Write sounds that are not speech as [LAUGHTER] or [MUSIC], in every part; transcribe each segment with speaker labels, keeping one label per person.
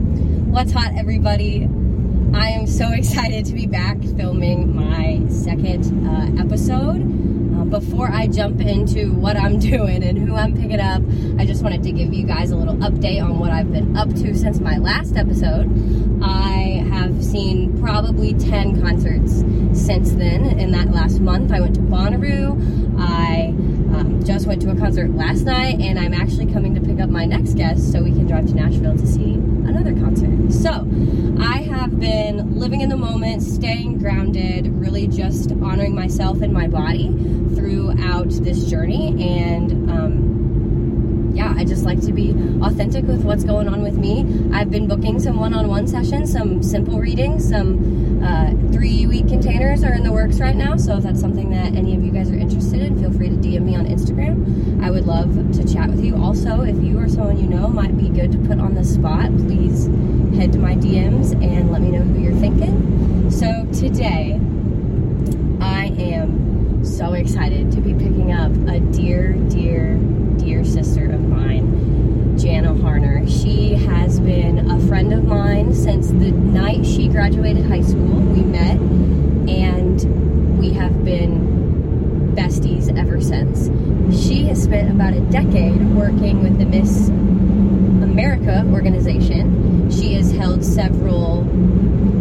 Speaker 1: What's hot, everybody? I am so [LAUGHS] excited to be back filming my second uh, episode. Uh, before I jump into what I'm [LAUGHS] doing and who I'm picking up, I just wanted to give you guys a little update on what I've been up to since my last episode. I have seen probably 10 concerts since then. In that last month, I went to Bonnaroo. I um, just went to a concert last night, and I'm actually coming to pick up my next guest so we can drive to Nashville to see another concert. So, I have been living in the moment, staying grounded, really just honoring myself and my body throughout this journey. And um, yeah, I just like to be authentic with what's going on with me. I've been booking some one on one sessions, some simple readings, some uh, three week containers are in the works right now. So if that's something that any of you guys are interested in, feel free to DM me on Instagram. I would love to chat with you. Also, if you or someone you know might be good to put on the spot, please head to my DMs and let me know who you're thinking. So today, I am so excited to be picking up a dear, dear, dear sister of mine, Jana Harner. She has been a friend of mine since the night she graduated high school. We met and we have been besties ever since. She has spent about a decade working with the Miss America organization. She has held several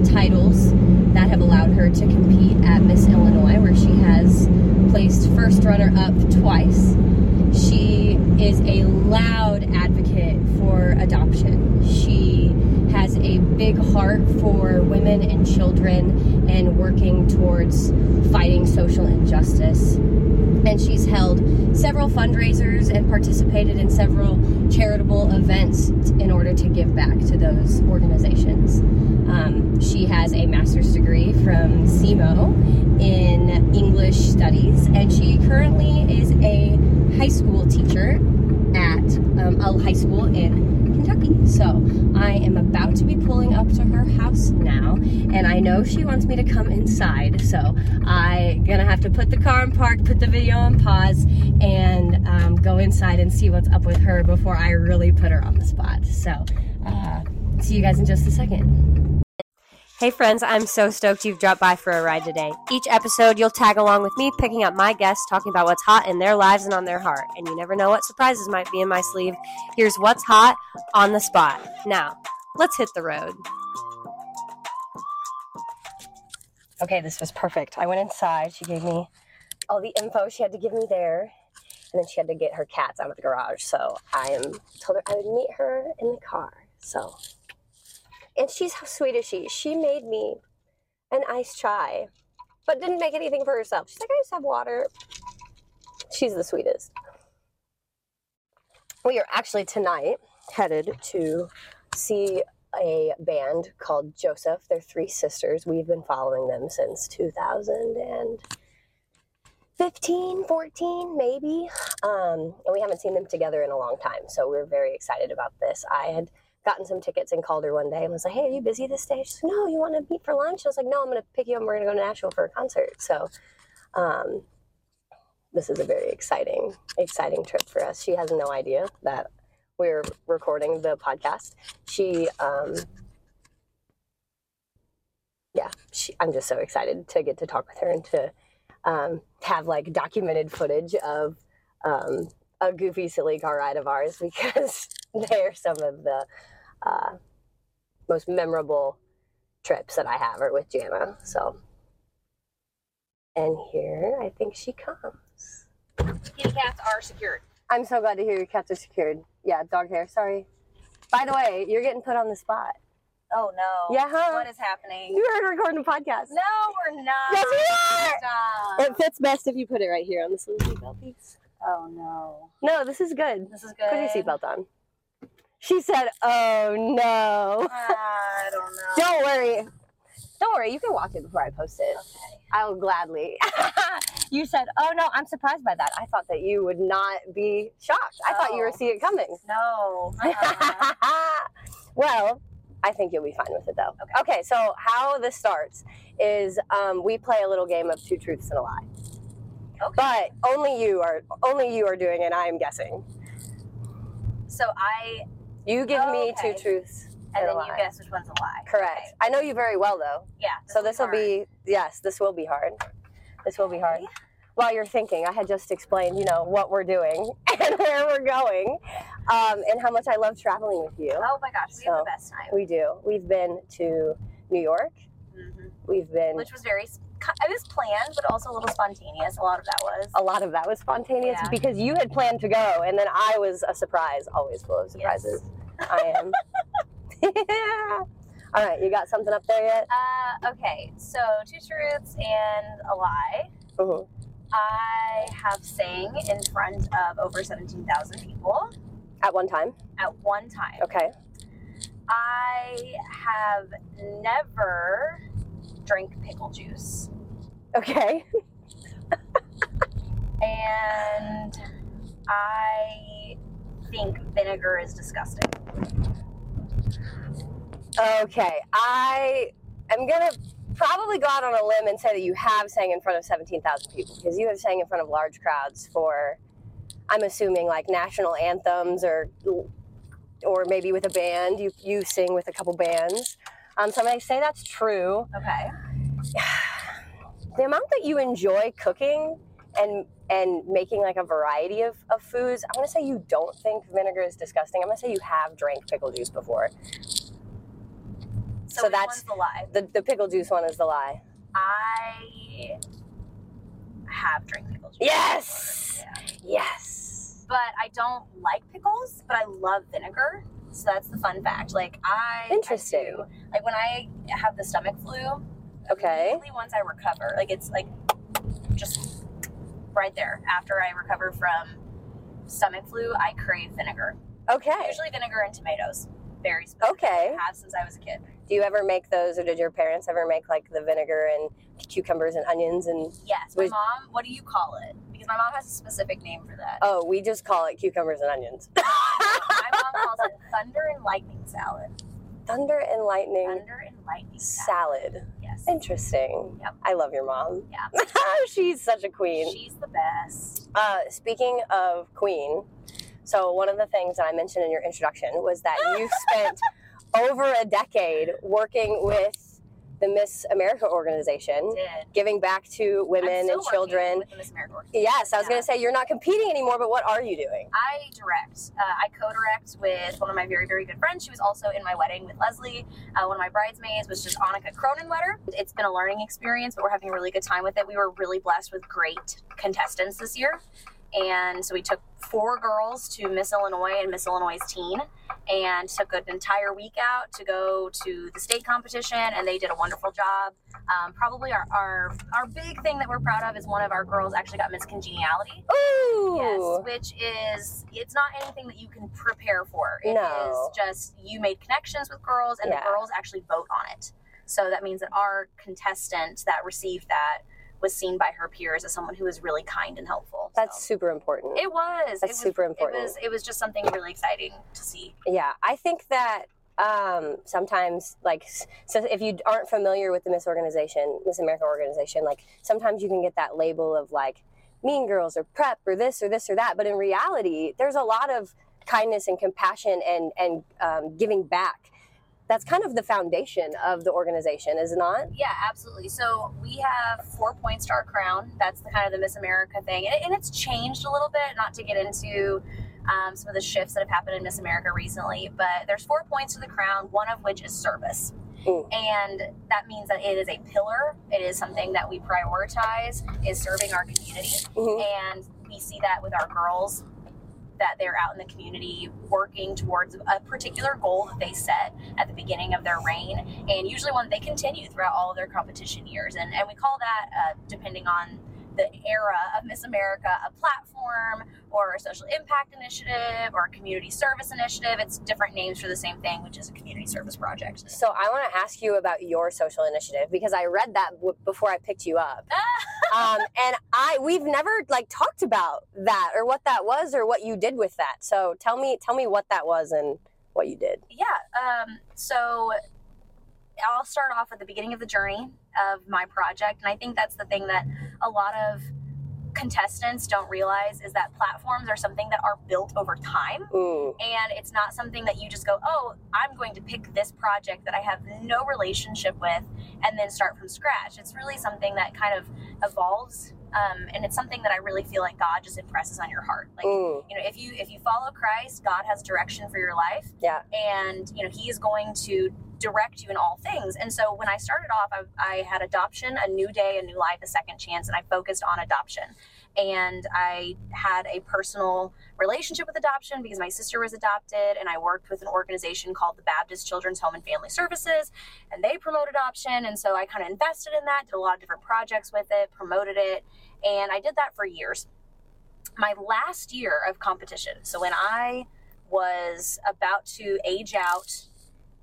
Speaker 1: titles that have allowed her to compete at Miss Illinois, where she has placed first runner up twice. She is a loud advocate for adoption. She has a big heart for women and children and working towards fighting social injustice and she's held several fundraisers and participated in several charitable events in order to give back to those organizations. Um, she has a master's degree from SEMO in English studies, and she currently is a high school teacher at um, a high school in Kentucky. So I am about to be pulling up to her house now, and I know she wants me to come inside. So I'm gonna have to put the car in park, put the video on pause, and um, go inside and see what's up with her before I really put her on the spot. So uh, see you guys in just a second. Hey friends, I'm so stoked you've dropped by for a ride today. Each episode, you'll tag along with me, picking up my guests, talking about what's hot in their lives and on their heart. And you never know what surprises might be in my sleeve. Here's what's hot on the spot. Now, let's hit the road. Okay, this was perfect. I went inside. She gave me all the info she had to give me there. And then she had to get her cats out of the garage. So I am told her I would meet her in the car. So and she's how sweet is she? She made me an iced chai, but didn't make anything for herself. She's like, I just have water. She's the sweetest. We are actually tonight headed to see a band called Joseph. They're three sisters. We've been following them since 2015, 14, maybe. Um, and we haven't seen them together in a long time. So we're very excited about this. I had gotten some tickets and called her one day and was like, "Hey, are you busy this day?" She's like, "No, you want to meet for lunch?" I was like, "No, I'm going to pick you up. and We're going to go to Nashville for a concert." So, um, this is a very exciting, exciting trip for us. She has no idea that we're recording the podcast. She, um, yeah, she, I'm just so excited to get to talk with her and to um, have like documented footage of. Um, a goofy, silly car ride of ours [LAUGHS] because they are some of the uh, most memorable trips that I have are with Jana. So, and here I think she comes.
Speaker 2: Kitty cats are secured.
Speaker 1: I'm so glad to hear your cats are secured. Yeah, dog hair. Sorry. By the way, you're getting put on the spot.
Speaker 2: Oh no.
Speaker 1: Yeah, huh?
Speaker 2: What is happening?
Speaker 1: You heard recording a podcast.
Speaker 2: No, we're not.
Speaker 1: Yes, we are.
Speaker 2: Stop.
Speaker 1: It fits best if you put it right here on this little seatbelt piece.
Speaker 2: Oh no.
Speaker 1: No, this is good.
Speaker 2: This is
Speaker 1: Put
Speaker 2: good.
Speaker 1: your seatbelt on. She said, "Oh no."
Speaker 2: I don't know.
Speaker 1: Don't worry. Don't worry. You can watch it before I post it.
Speaker 2: Okay.
Speaker 1: I'll gladly. [LAUGHS] you said, "Oh no, I'm surprised by that. I thought that you would not be shocked. I thought you were
Speaker 2: Oh.
Speaker 1: see it coming."
Speaker 2: No.
Speaker 1: [LAUGHS]
Speaker 2: Uh-uh.
Speaker 1: well, I think you'll be fine with it though.
Speaker 2: Okay.
Speaker 1: so how this starts is um, we play a little game of two truths and a lie.
Speaker 2: Okay.
Speaker 1: But only you are only you are doing it. I am guessing.
Speaker 2: so I
Speaker 1: You give me
Speaker 2: Okay.
Speaker 1: two truths
Speaker 2: And
Speaker 1: a
Speaker 2: then you
Speaker 1: lie.
Speaker 2: guess which one's a lie.
Speaker 1: Correct.
Speaker 2: Okay.
Speaker 1: I know you very well though.
Speaker 2: Yeah.
Speaker 1: So
Speaker 2: is
Speaker 1: this will
Speaker 2: hard.
Speaker 1: be yes, this will be hard. This will be hard.
Speaker 2: Yeah.
Speaker 1: While you're thinking, I had just explained, you know, what we're doing [LAUGHS] and where we're going, um, and how much I love traveling with you.
Speaker 2: Oh my gosh, we had
Speaker 1: So-
Speaker 2: the best time.
Speaker 1: We do. We've been to New York.
Speaker 2: hmm
Speaker 1: We've been.
Speaker 2: Which was very, sp- it was planned, but also a little spontaneous. A lot of that was.
Speaker 1: a lot of that was spontaneous
Speaker 2: Yeah.
Speaker 1: because you had planned to go, and then I was a surprise. Always full of surprises. I
Speaker 2: [LAUGHS]
Speaker 1: am. [LAUGHS] yeah. All right, you got something up there yet?
Speaker 2: Uh, okay, so two truths and a lie.
Speaker 1: Mhm.
Speaker 2: I have sang in front of over 17,000 people
Speaker 1: At one time.
Speaker 2: at one time.
Speaker 1: Okay.
Speaker 2: I have never drank pickle juice.
Speaker 1: Okay.
Speaker 2: And I think vinegar is disgusting.
Speaker 1: Okay, I am gonna probably go out on a limb and say that you have sang in front of 17,000 people because you have sang in front of large crowds for, I'm assuming, like national anthems or or maybe with a band. You you sing with a couple bands. Um, so I'm gonna say that's true.
Speaker 2: Okay.
Speaker 1: The amount that you enjoy cooking and and making like a variety of, of foods, I'm gonna say you don't think vinegar is disgusting. I'm gonna say you have drank pickle juice before. So
Speaker 2: which
Speaker 1: that's-
Speaker 2: one's the lie.
Speaker 1: The, the pickle juice one is the lie.
Speaker 2: I have drank pickle juice.
Speaker 1: Yes!
Speaker 2: Yeah.
Speaker 1: Yes.
Speaker 2: but I don't like pickles, but I love vinegar. So that's the fun fact. Like I I
Speaker 1: Interesting.
Speaker 2: do- like when I have the stomach flu,
Speaker 1: Okay.
Speaker 2: immediately once I recover, like it's like just right there after I recover from stomach flu, I crave vinegar.
Speaker 1: Okay.
Speaker 2: Usually vinegar and tomatoes. Very specific.
Speaker 1: Okay.
Speaker 2: I have since I was a kid.
Speaker 1: Do you ever make those, or did your parents ever make like the vinegar and cucumbers and onions? And
Speaker 2: Yes. My
Speaker 1: Wait.
Speaker 2: mom, what do you call it? Because my mom has a specific name
Speaker 1: [LAUGHS]
Speaker 2: for that.
Speaker 1: oh, we just call it cucumbers and onions. [LAUGHS]
Speaker 2: My mom calls it thunder and lightning salad.
Speaker 1: Thunder and lightning
Speaker 2: Thunder and lightning salad.
Speaker 1: salad.
Speaker 2: Yes.
Speaker 1: Interesting.
Speaker 2: Yep.
Speaker 1: I love your mom.
Speaker 2: Yeah.
Speaker 1: [LAUGHS] She's such a queen.
Speaker 2: She's the best.
Speaker 1: Uh, speaking of queen, so one of the things that I mentioned in your introduction was that you
Speaker 2: [LAUGHS]
Speaker 1: spent over a decade working with the Miss America organization,
Speaker 2: Did.
Speaker 1: giving back to
Speaker 2: I'm
Speaker 1: women
Speaker 2: still
Speaker 1: and
Speaker 2: working
Speaker 1: children.
Speaker 2: With the Miss America Orchestra.
Speaker 1: Yes, I was
Speaker 2: Yeah.
Speaker 1: going to say you're not competing anymore, but what are you doing?
Speaker 2: I direct. Uh, I co-direct with one of my very, very good friends. She was also in my wedding with Leslie. Uh, one of my bridesmaids was just Annika Cronenletter. It's been a learning experience, but we're having a really good time with it. We were really blessed with great contestants this year. And so we took four girls to Miss Illinois and Miss Illinois' teen and took an entire week out to go to the state competition and they did a wonderful job. Um, probably our, our our big thing that we're proud of is one of our girls actually got Miss Congeniality.
Speaker 1: Ooh,
Speaker 2: Yes, which is it's not anything that you can prepare for. It is
Speaker 1: No.
Speaker 2: just you made connections with girls, and
Speaker 1: Yeah.
Speaker 2: the girls actually vote on it. So that means that our contestant that received that was seen by her peers as someone who was really kind and helpful. So
Speaker 1: that's super important.
Speaker 2: it was.
Speaker 1: that's
Speaker 2: it was,
Speaker 1: super
Speaker 2: It
Speaker 1: important.
Speaker 2: was. It was just something really exciting to see.
Speaker 1: yeah, I think that um, sometimes, like, s- so if you aren't familiar with the Miss organization, Miss America organization, like sometimes you can get that label of like mean girls or prep or this or this or that. But in reality, there's a lot of kindness and compassion and and um, giving back. That's kind of the foundation of the organization, is it not?
Speaker 2: Yeah, absolutely. So we have four point star crown. That's the kind of the Miss America thing, and, and it's changed a little bit. Not to get into um, some of the shifts that have happened in Miss America recently, but there's four points to the crown. One of which is service,
Speaker 1: Ooh.
Speaker 2: and that means that it is a pillar. It is something that we prioritize is serving our community
Speaker 1: Mhm.
Speaker 2: and we see that with our girls that they're out in the community working towards a particular goal that they set at the beginning of their reign and usually one they continue throughout all of their competition years and, and we call that uh, depending on the era of miss america a platform or a social impact initiative or a community service initiative it's different names for the same thing which is a community service project
Speaker 1: So I want to ask you about your social initiative because I read that w- before I picked you
Speaker 2: [LAUGHS]
Speaker 1: up, um, and I we've never like talked about that or what that was or what you did with that. So tell me, tell me what that was and what you did.
Speaker 2: yeah um, so i'll start off at the beginning of the journey of my project and i think that's the thing that a lot of contestants don't realize is that platforms are something that are built over time.
Speaker 1: Mm.
Speaker 2: And it's not something that you just go, oh, I'm going to pick this project that I have no relationship with and then start from scratch. It's really something that kind of evolves. Um, and it's something that I really feel like God just impresses on your heart. Like,
Speaker 1: Mm.
Speaker 2: you know, if you if you follow Christ, God has direction for your life
Speaker 1: Yeah.
Speaker 2: and you know he is going to direct you in all things and so when i started off I, I had adoption a new day a new life a second chance and i focused on adoption and i had a personal relationship with adoption because my sister was adopted and i worked with an organization called the baptist children's home and family services and they promote adoption and so i kind of invested in that did a lot of different projects with it promoted it and i did that for years my last year of competition so when i was about to age out,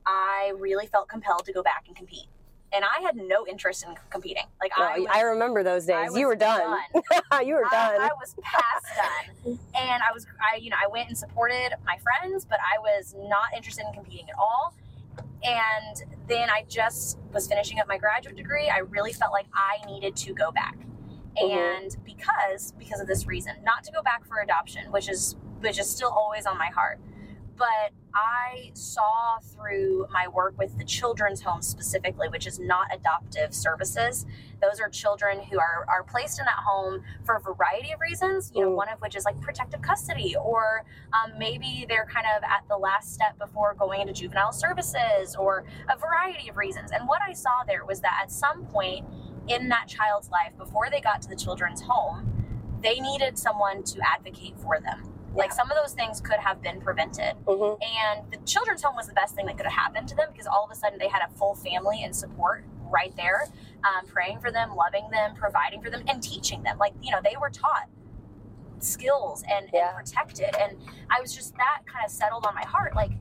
Speaker 2: I really felt compelled to go back and compete. And I had no interest in competing. Like
Speaker 1: No,
Speaker 2: I,
Speaker 1: I,
Speaker 2: was,
Speaker 1: remember those
Speaker 2: I
Speaker 1: days.
Speaker 2: was
Speaker 1: You were done. [LAUGHS] you were
Speaker 2: I,
Speaker 1: done.
Speaker 2: I was past done. And I was, I, you know, I went and supported my friends, but I was not interested in competing at all. And then I just was finishing up my graduate degree. I really felt like I needed to go back.
Speaker 1: Mhm.
Speaker 2: And because, because of this reason, not to go back for adoption, which is, which is still always on my heart. But I saw through my work with the children's home specifically, which is not adoptive services, those are children who are, are placed in that home for a variety of reasons you know
Speaker 1: Mm.
Speaker 2: one of which is like protective custody or um, maybe they're kind of at the last step before going into juvenile services or a variety of reasons and what i saw there was that at some point in that child's life before they got to the children's home they needed someone to advocate for them like
Speaker 1: Yeah.
Speaker 2: some of those things could have been prevented
Speaker 1: Mhm.
Speaker 2: and the children's home was the best thing that could have happened to them because all of a sudden they had a full family and support right there, um, praying for them, loving them, providing for them, and teaching them. Like, you know, they were taught skills and,
Speaker 1: Yeah.
Speaker 2: and protected. And I was just, that kind of settled on my heart. Like,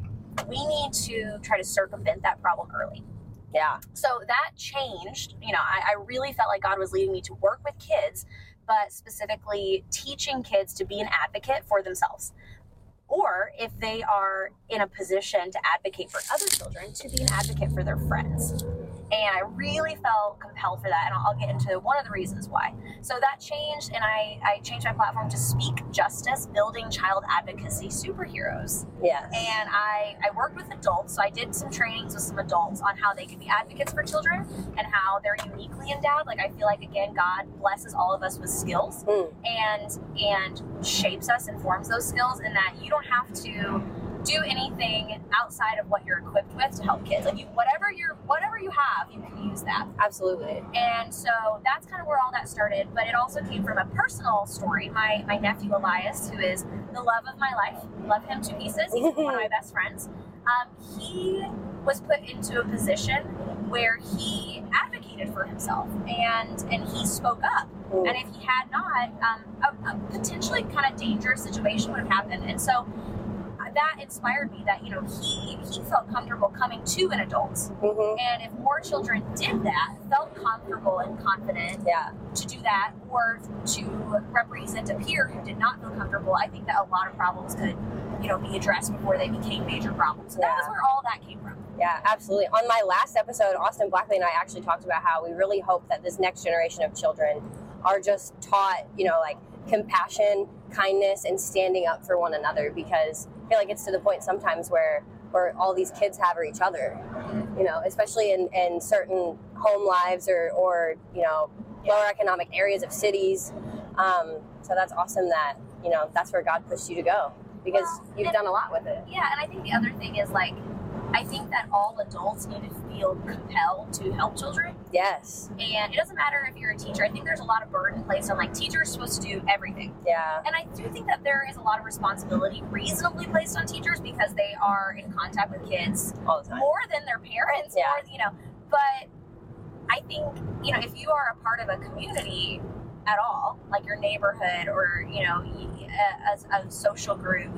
Speaker 2: we need to try to circumvent that problem early.
Speaker 1: Yeah.
Speaker 2: So that changed. You know, I, I really felt like God was leading me to work with kids, but specifically teaching kids to be an advocate for themselves. Or if they are in a position to advocate for other children, to be an advocate for their friends. And I really felt compelled for that. And I'll, I'll get into one of the reasons why. So that changed, and I, I changed my platform to Speak Justice Building Child Advocacy Superheroes
Speaker 1: Yes.
Speaker 2: and I, I worked with adults. So I did some trainings with some adults on how they can be advocates for children and how they're uniquely endowed. Like I feel like again, God blesses all of us with skills
Speaker 1: Mm.
Speaker 2: and and shapes us and forms those skills, and that you don't have to do anything outside of what you're equipped with to help kids. Like you, whatever you're, whatever you have, you can use that.
Speaker 1: Absolutely.
Speaker 2: And so that's kind of where all that started. But it also came from a personal story. My my nephew Elias, who is the love of my life, love him to pieces. He's one of my best friends. Um, he was put into a position where he advocated for himself and and he spoke up.
Speaker 1: Mm.
Speaker 2: And if he had not, um, a, a potentially kind of dangerous situation would have happened. And so uh, that inspired me that you know he he felt comfortable coming to an adult
Speaker 1: Mhm.
Speaker 2: and if more children did that, felt comfortable and confident
Speaker 1: Yeah.
Speaker 2: to do that, or to represent a peer who did not feel comfortable, I think that a lot of problems could, you know, be addressed before they became major problems. So that was
Speaker 1: Yeah.
Speaker 2: where all that came from.
Speaker 1: Yeah, absolutely. On my last episode, Austin Blackley and I actually talked about how we really hope that this next generation of children are just taught, you know, like compassion, kindness, and standing up for one another because I feel like it's to the point sometimes where where all these kids have are each other. You know, especially in, in certain home lives or, or you know, lower economic areas of cities. Um, so that's awesome that, you know, that's where God pushed you to go because
Speaker 2: Well,
Speaker 1: you've
Speaker 2: and-
Speaker 1: done a lot with it.
Speaker 2: Yeah, and I think the other thing is like, I think that all adults need to feel compelled to help children.
Speaker 1: Yes.
Speaker 2: And it doesn't matter if you're a teacher. I think there's a lot of burden placed on like teachers are supposed to do everything.
Speaker 1: Yeah.
Speaker 2: And I do think that there is a lot of responsibility reasonably placed on teachers because they are in contact with kids
Speaker 1: All the time.
Speaker 2: more than their parents,
Speaker 1: Yeah.
Speaker 2: more, you know. But I think, you know, if you are a part of a community at all, like your neighborhood or, you know, y- a, a, a social group,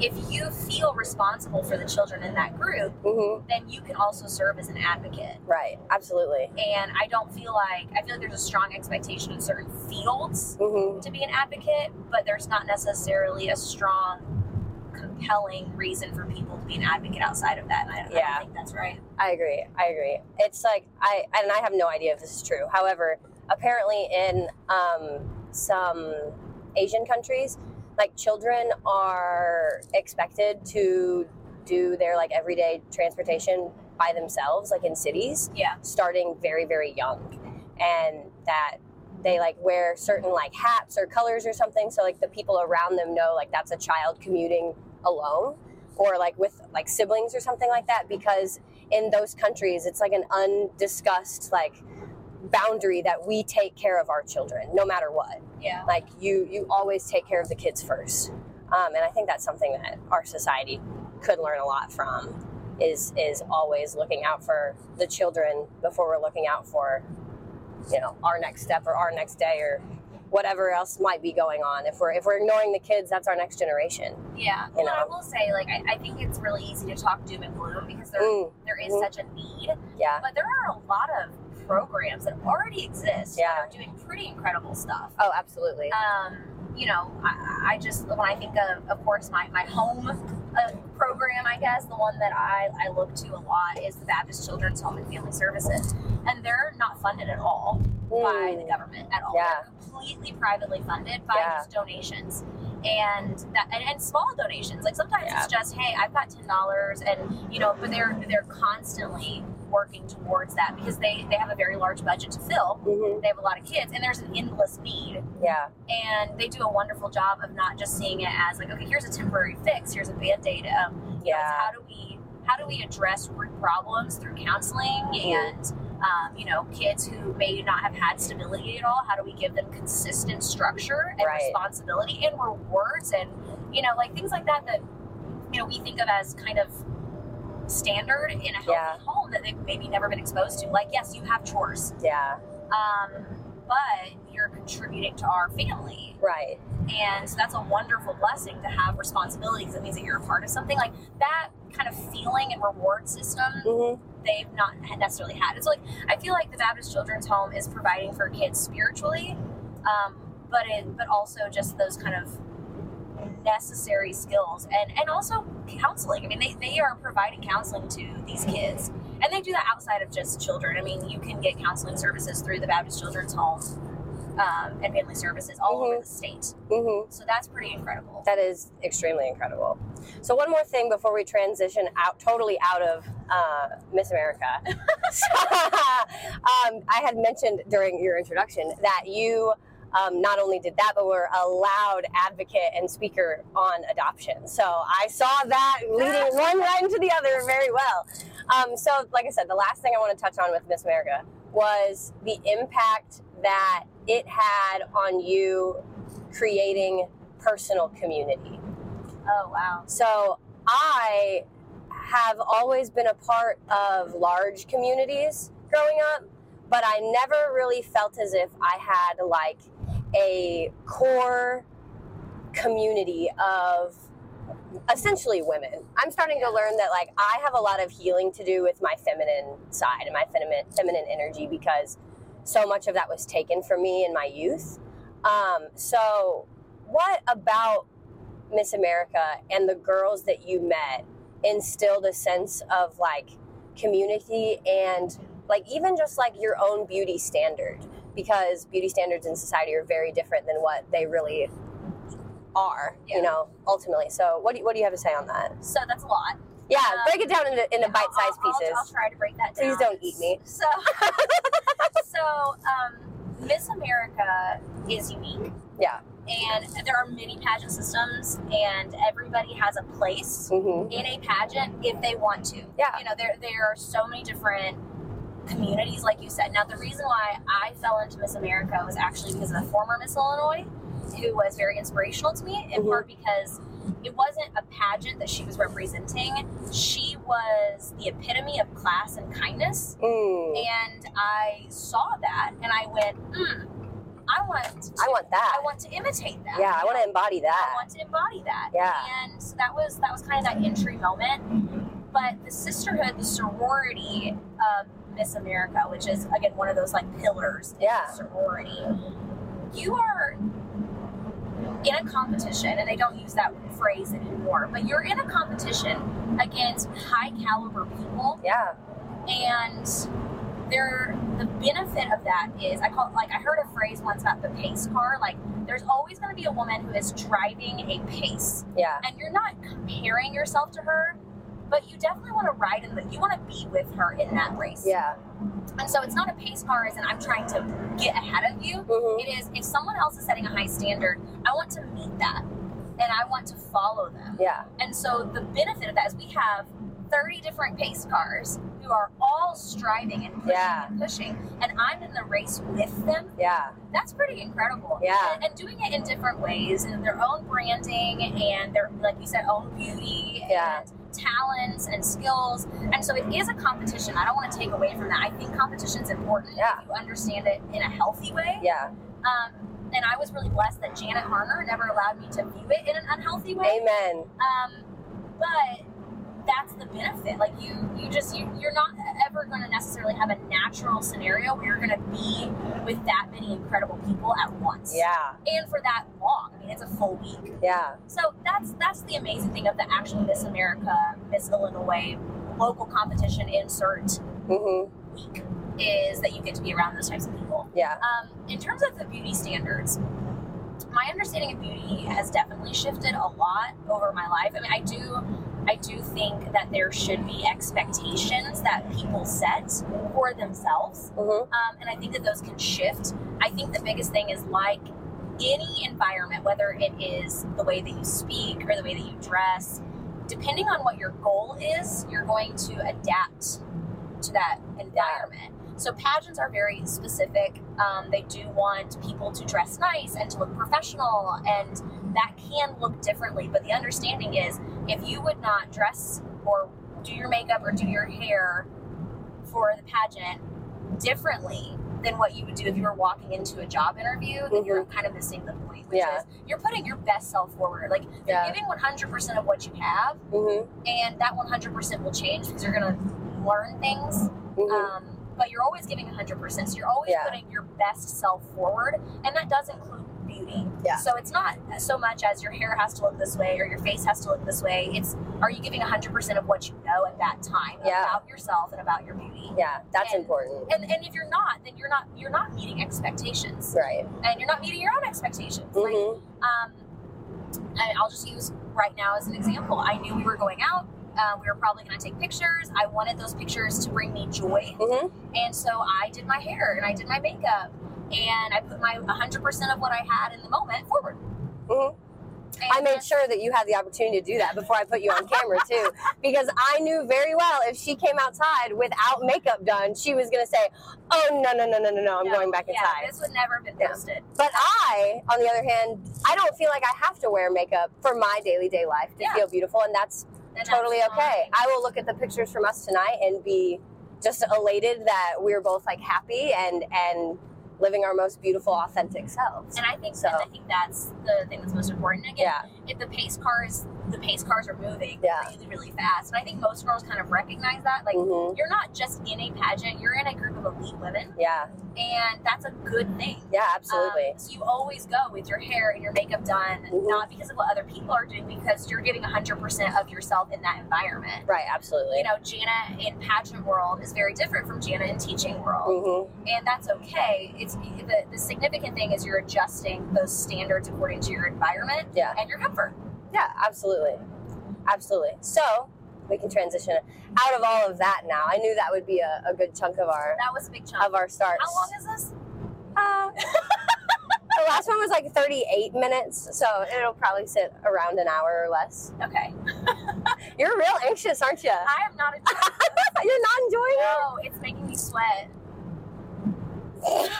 Speaker 2: if you feel responsible for the children in that group,
Speaker 1: hmm
Speaker 2: then you can also serve as an advocate.
Speaker 1: Right. Absolutely.
Speaker 2: And I don't feel like, I feel like there's a strong expectation in certain fields
Speaker 1: hmm
Speaker 2: to be an advocate, but there's not necessarily a strong, compelling reason for people to be an advocate outside of that. And I, I
Speaker 1: Yeah.
Speaker 2: don't think that's right.
Speaker 1: I agree. I agree. It's like I and I have no idea if this is true. However, apparently in um, some Asian countries, like children are expected to do their like everyday transportation by themselves, like in cities,
Speaker 2: Yeah.
Speaker 1: starting very, very young. And that they like wear certain like hats or colors or something. So like the people around them know like that's a child commuting alone or like with like siblings or something like that because in those countries it's like an undiscussed like boundary that we take care of our children no matter what
Speaker 2: Yeah.
Speaker 1: like you you always take care of the kids first um, and i think that's something that our society could learn a lot from is is always looking out for the children before we're looking out for you know our next step or our next day or whatever else might be going on if we're if we're ignoring the kids that's our next generation
Speaker 2: Yeah.
Speaker 1: You
Speaker 2: Well, I
Speaker 1: know.
Speaker 2: will say, like, I, I think it's really easy to talk doom and gloom because there,
Speaker 1: Mm,
Speaker 2: there is
Speaker 1: Mhm.
Speaker 2: such a need,
Speaker 1: yeah
Speaker 2: but there are a lot of programs that already exist
Speaker 1: Yeah.
Speaker 2: that are doing pretty incredible stuff.
Speaker 1: oh absolutely
Speaker 2: um, you know, I, I just when I think of, of course, my my home uh, program, I guess the one that I, I look to a lot is the Baptist Children's Home and Family Services, and they're not funded at all by the
Speaker 1: Mm,
Speaker 2: government at all.
Speaker 1: Yeah.
Speaker 2: They're completely privately funded by
Speaker 1: Yeah.
Speaker 2: just donations. And that and, and small donations. Like sometimes it's just, hey, I've got ten dollars and you know, but they're they're constantly working towards that because they, they have a very large budget to fill.
Speaker 1: mhm,
Speaker 2: They have a lot of kids and there's an endless need
Speaker 1: yeah
Speaker 2: and they do a wonderful job of not just seeing it as like okay here's a temporary fix here's a band-aid um, you know, it's
Speaker 1: Yeah.
Speaker 2: how do we how do we address root problems through counseling
Speaker 1: Mm-hmm.
Speaker 2: and um, you know kids who may not have had stability at all how do we give them consistent structure and
Speaker 1: Right.
Speaker 2: responsibility and rewards and you know like things like that that you know we think of as kind of standard in a healthy
Speaker 1: Yeah.
Speaker 2: home that they've maybe never been exposed to like yes you have chores
Speaker 1: yeah
Speaker 2: um, but you're contributing to our family
Speaker 1: right
Speaker 2: and so that's a wonderful blessing to have responsibility because it means that you're a part of something like that kind of feeling and reward system
Speaker 1: hmm
Speaker 2: they've not necessarily had it's like i feel like the baptist children's home is providing for kids spiritually um, but it but also just those kind of necessary skills and and also counseling i mean they, they are providing counseling to these kids and they do that outside of just children i mean you can get counseling services through the baptist children's home um, and family services all over
Speaker 1: Mhm.
Speaker 2: the state
Speaker 1: hmm
Speaker 2: so that's pretty incredible.
Speaker 1: That is extremely incredible. So one more thing before we transition out totally out of uh, Miss America, [LAUGHS] um, I had mentioned during your introduction that you um, not only did that, but were a loud advocate and speaker on adoption. So I saw that leading one right into the other very well. Um, so, like I said, the last thing I want to touch on with Miss America was the impact that it had on you creating personal community.
Speaker 2: Oh wow.
Speaker 1: So I have always been a part of large communities growing up, but I never really felt as if I had like a core community of essentially women. I'm starting to learn that like I have a lot of healing to do with my feminine side and my feminine feminine energy because so much of that was taken from me in my youth. Um, so what about Miss America and the girls that you met instilled a sense of like community and like even just like your own beauty standard because beauty standards in society are very different than what they really are,
Speaker 2: Yeah.
Speaker 1: you know, ultimately. So what do you, what do you have to say on that?
Speaker 2: So that's a lot.
Speaker 1: Yeah,
Speaker 2: Um,
Speaker 1: break it down into, into
Speaker 2: I'll-
Speaker 1: bite-sized
Speaker 2: I'll- I'll-
Speaker 1: pieces.
Speaker 2: I'll, try to break that
Speaker 1: Please
Speaker 2: down.
Speaker 1: don't eat me.
Speaker 2: [LAUGHS] So, so um, Miss America is unique.
Speaker 1: Yeah.
Speaker 2: And there are many pageant systems, and everybody has a place
Speaker 1: hmm
Speaker 2: in a pageant if they want to.
Speaker 1: Yeah.
Speaker 2: You know, there there are so many different communities, like you said. Now, the reason why I fell into Miss America was actually because of the former Miss Illinois, who was very inspirational to me, in
Speaker 1: Mhm.
Speaker 2: part because it wasn't a pageant that she was representing. She was the epitome of class and kindness.
Speaker 1: Mm,
Speaker 2: And I saw that and I went, hmm, I want to,
Speaker 1: I want that.
Speaker 2: I want to imitate that.
Speaker 1: yeah, I want to embody
Speaker 2: I
Speaker 1: that.
Speaker 2: want to embody that.
Speaker 1: Yeah.
Speaker 2: And so that was that was kind of that entry moment. But the sisterhood, the sorority of Miss America, which is again one of those like pillars in
Speaker 1: Yeah.
Speaker 2: sorority, you are in a competition, and they don't use that phrase anymore, but you're in a competition against high caliber people
Speaker 1: Yeah.
Speaker 2: and there the benefit of that is I call like I heard a phrase once about the pace car. Like there's always going to be a woman who is driving a pace,
Speaker 1: Yeah.
Speaker 2: and you're not comparing yourself to her, but you definitely want to ride in the you want to be with her in that race.
Speaker 1: Yeah.
Speaker 2: And so it's not a pace car, as in I'm trying to get ahead of you.
Speaker 1: hmm
Speaker 2: It is if someone else is setting a high standard, I want to meet that, and I want to follow them.
Speaker 1: Yeah.
Speaker 2: And so the benefit of that is we have 30 different pace cars who are all striving and pushing
Speaker 1: Yeah.
Speaker 2: and pushing, and I'm in the race with them.
Speaker 1: Yeah.
Speaker 2: That's pretty incredible.
Speaker 1: Yeah.
Speaker 2: And, and doing it in different ways, and their own branding, and their like you said, own beauty,
Speaker 1: Yeah.
Speaker 2: and talents and skills. And so it is a competition. I don't want to take away from that. I think competition's important
Speaker 1: Yeah.
Speaker 2: if you understand it in a healthy way.
Speaker 1: Yeah.
Speaker 2: Um, and I was really blessed that Janet Harner never allowed me to view it in an unhealthy way.
Speaker 1: Amen.
Speaker 2: Um, but that's the benefit. Like you, you just you, you're not ever going to necessarily have a natural scenario where you're going to be with that many incredible people at once.
Speaker 1: Yeah.
Speaker 2: And for that long, I mean, it's a full week.
Speaker 1: Yeah.
Speaker 2: So that's that's the amazing thing of the actual Miss America, Miss Illinois local competition insert
Speaker 1: hmm
Speaker 2: week is that you get to be around those types of people.
Speaker 1: Yeah.
Speaker 2: Um, in terms of the beauty standards, my understanding of beauty has definitely shifted a lot over my life. I mean, I do, I do think that there should be expectations that people set for themselves,
Speaker 1: hmm
Speaker 2: um, and I think that those can shift. I think the biggest thing is like any environment, whether it is the way that you speak or the way that you dress, depending on what your goal is, you're going to adapt to that environment. So pageants are very specific. Um, they do want people to dress nice and to look professional, and that can look differently. But the understanding is, if you would not dress or do your makeup or do your hair for the pageant differently than what you would do if you were walking into a job interview, then you're kind of missing the point. Which
Speaker 1: Mm-hmm. Yeah.
Speaker 2: is you're putting your best self forward. Like you're
Speaker 1: Yeah.
Speaker 2: giving 100% of what you have,
Speaker 1: hmm
Speaker 2: and that 100% will change because you're going to learn things
Speaker 1: hmm
Speaker 2: um, but you're always giving 100% so you're always
Speaker 1: Yeah.
Speaker 2: putting your best self forward and that does include beauty
Speaker 1: Yeah.
Speaker 2: so it's not so much as your hair has to look this way or your face has to look this way it's are you giving 100% of what you know at that time
Speaker 1: Yeah.
Speaker 2: about yourself and about your beauty
Speaker 1: Yeah. That's
Speaker 2: And-
Speaker 1: important.
Speaker 2: and, and if you're not then you're not you're not meeting expectations
Speaker 1: Right.
Speaker 2: and you're not meeting your own expectations like
Speaker 1: hmm
Speaker 2: um, and I'll just use right now as an example. I knew we were going out. Uh, we were probably going to take pictures. I wanted those pictures to bring me joy.
Speaker 1: Mhm.
Speaker 2: And so I did my hair and I did my makeup and I put my 100% of what I had in the moment forward.
Speaker 1: Mhm.
Speaker 2: And
Speaker 1: I made sure that you had the opportunity to do that before I put you on camera
Speaker 2: [LAUGHS]
Speaker 1: too, because I knew very well if she came outside without makeup done, she was gonna say, "Oh no no no no no no, I'm
Speaker 2: No,
Speaker 1: going back
Speaker 2: yeah,
Speaker 1: inside."
Speaker 2: This would never have been
Speaker 1: Yeah.
Speaker 2: posted.
Speaker 1: But I, on the other hand, I don't feel like I have to wear makeup for my daily day life to
Speaker 2: Yeah.
Speaker 1: feel beautiful, and that's
Speaker 2: And
Speaker 1: totally
Speaker 2: that's
Speaker 1: okay.
Speaker 2: fine.
Speaker 1: I will look at the pictures from us tonight and be just elated that we're both like happy and and living our most beautiful, authentic selves.
Speaker 2: And I think
Speaker 1: So-
Speaker 2: and I think that's the thing that's most important. Again,
Speaker 1: Yeah,
Speaker 2: if the pace cars the pace cars are moving
Speaker 1: Yeah.
Speaker 2: really really fast and i think most girls kind of recognize that like
Speaker 1: Mhm.
Speaker 2: you're not just in a pageant you're in a group of elite women
Speaker 1: yeah,
Speaker 2: and that's a good thing
Speaker 1: yeah,
Speaker 2: Um,
Speaker 1: absolutely.
Speaker 2: so you always go with your hair and your makeup done
Speaker 1: Mhm.
Speaker 2: not because of what other people are doing because you're giving 100% of yourself in that environment
Speaker 1: right, absolutely.
Speaker 2: you know jana in pageant world is very different from jana in teaching world
Speaker 1: Mhm.
Speaker 2: and that's okay it's the, the significant thing is you're adjusting those standards according to your environment
Speaker 1: Yeah.
Speaker 2: and your comfort
Speaker 1: Yeah, absolutely. Absolutely. So we can transition out of all of that now. I knew that would be a, a good chunk of our
Speaker 2: That was a big chunk.
Speaker 1: of our starts.
Speaker 2: How long is this?
Speaker 1: Uh, [LAUGHS] the last one was like 38 minutes, so it'll probably sit around an hour or less.
Speaker 2: Okay.
Speaker 1: You're real anxious, aren't you?
Speaker 2: I
Speaker 1: [LAUGHS]
Speaker 2: am not a
Speaker 1: You're not enjoying it?
Speaker 2: No, it's making me sweat.
Speaker 1: [LAUGHS]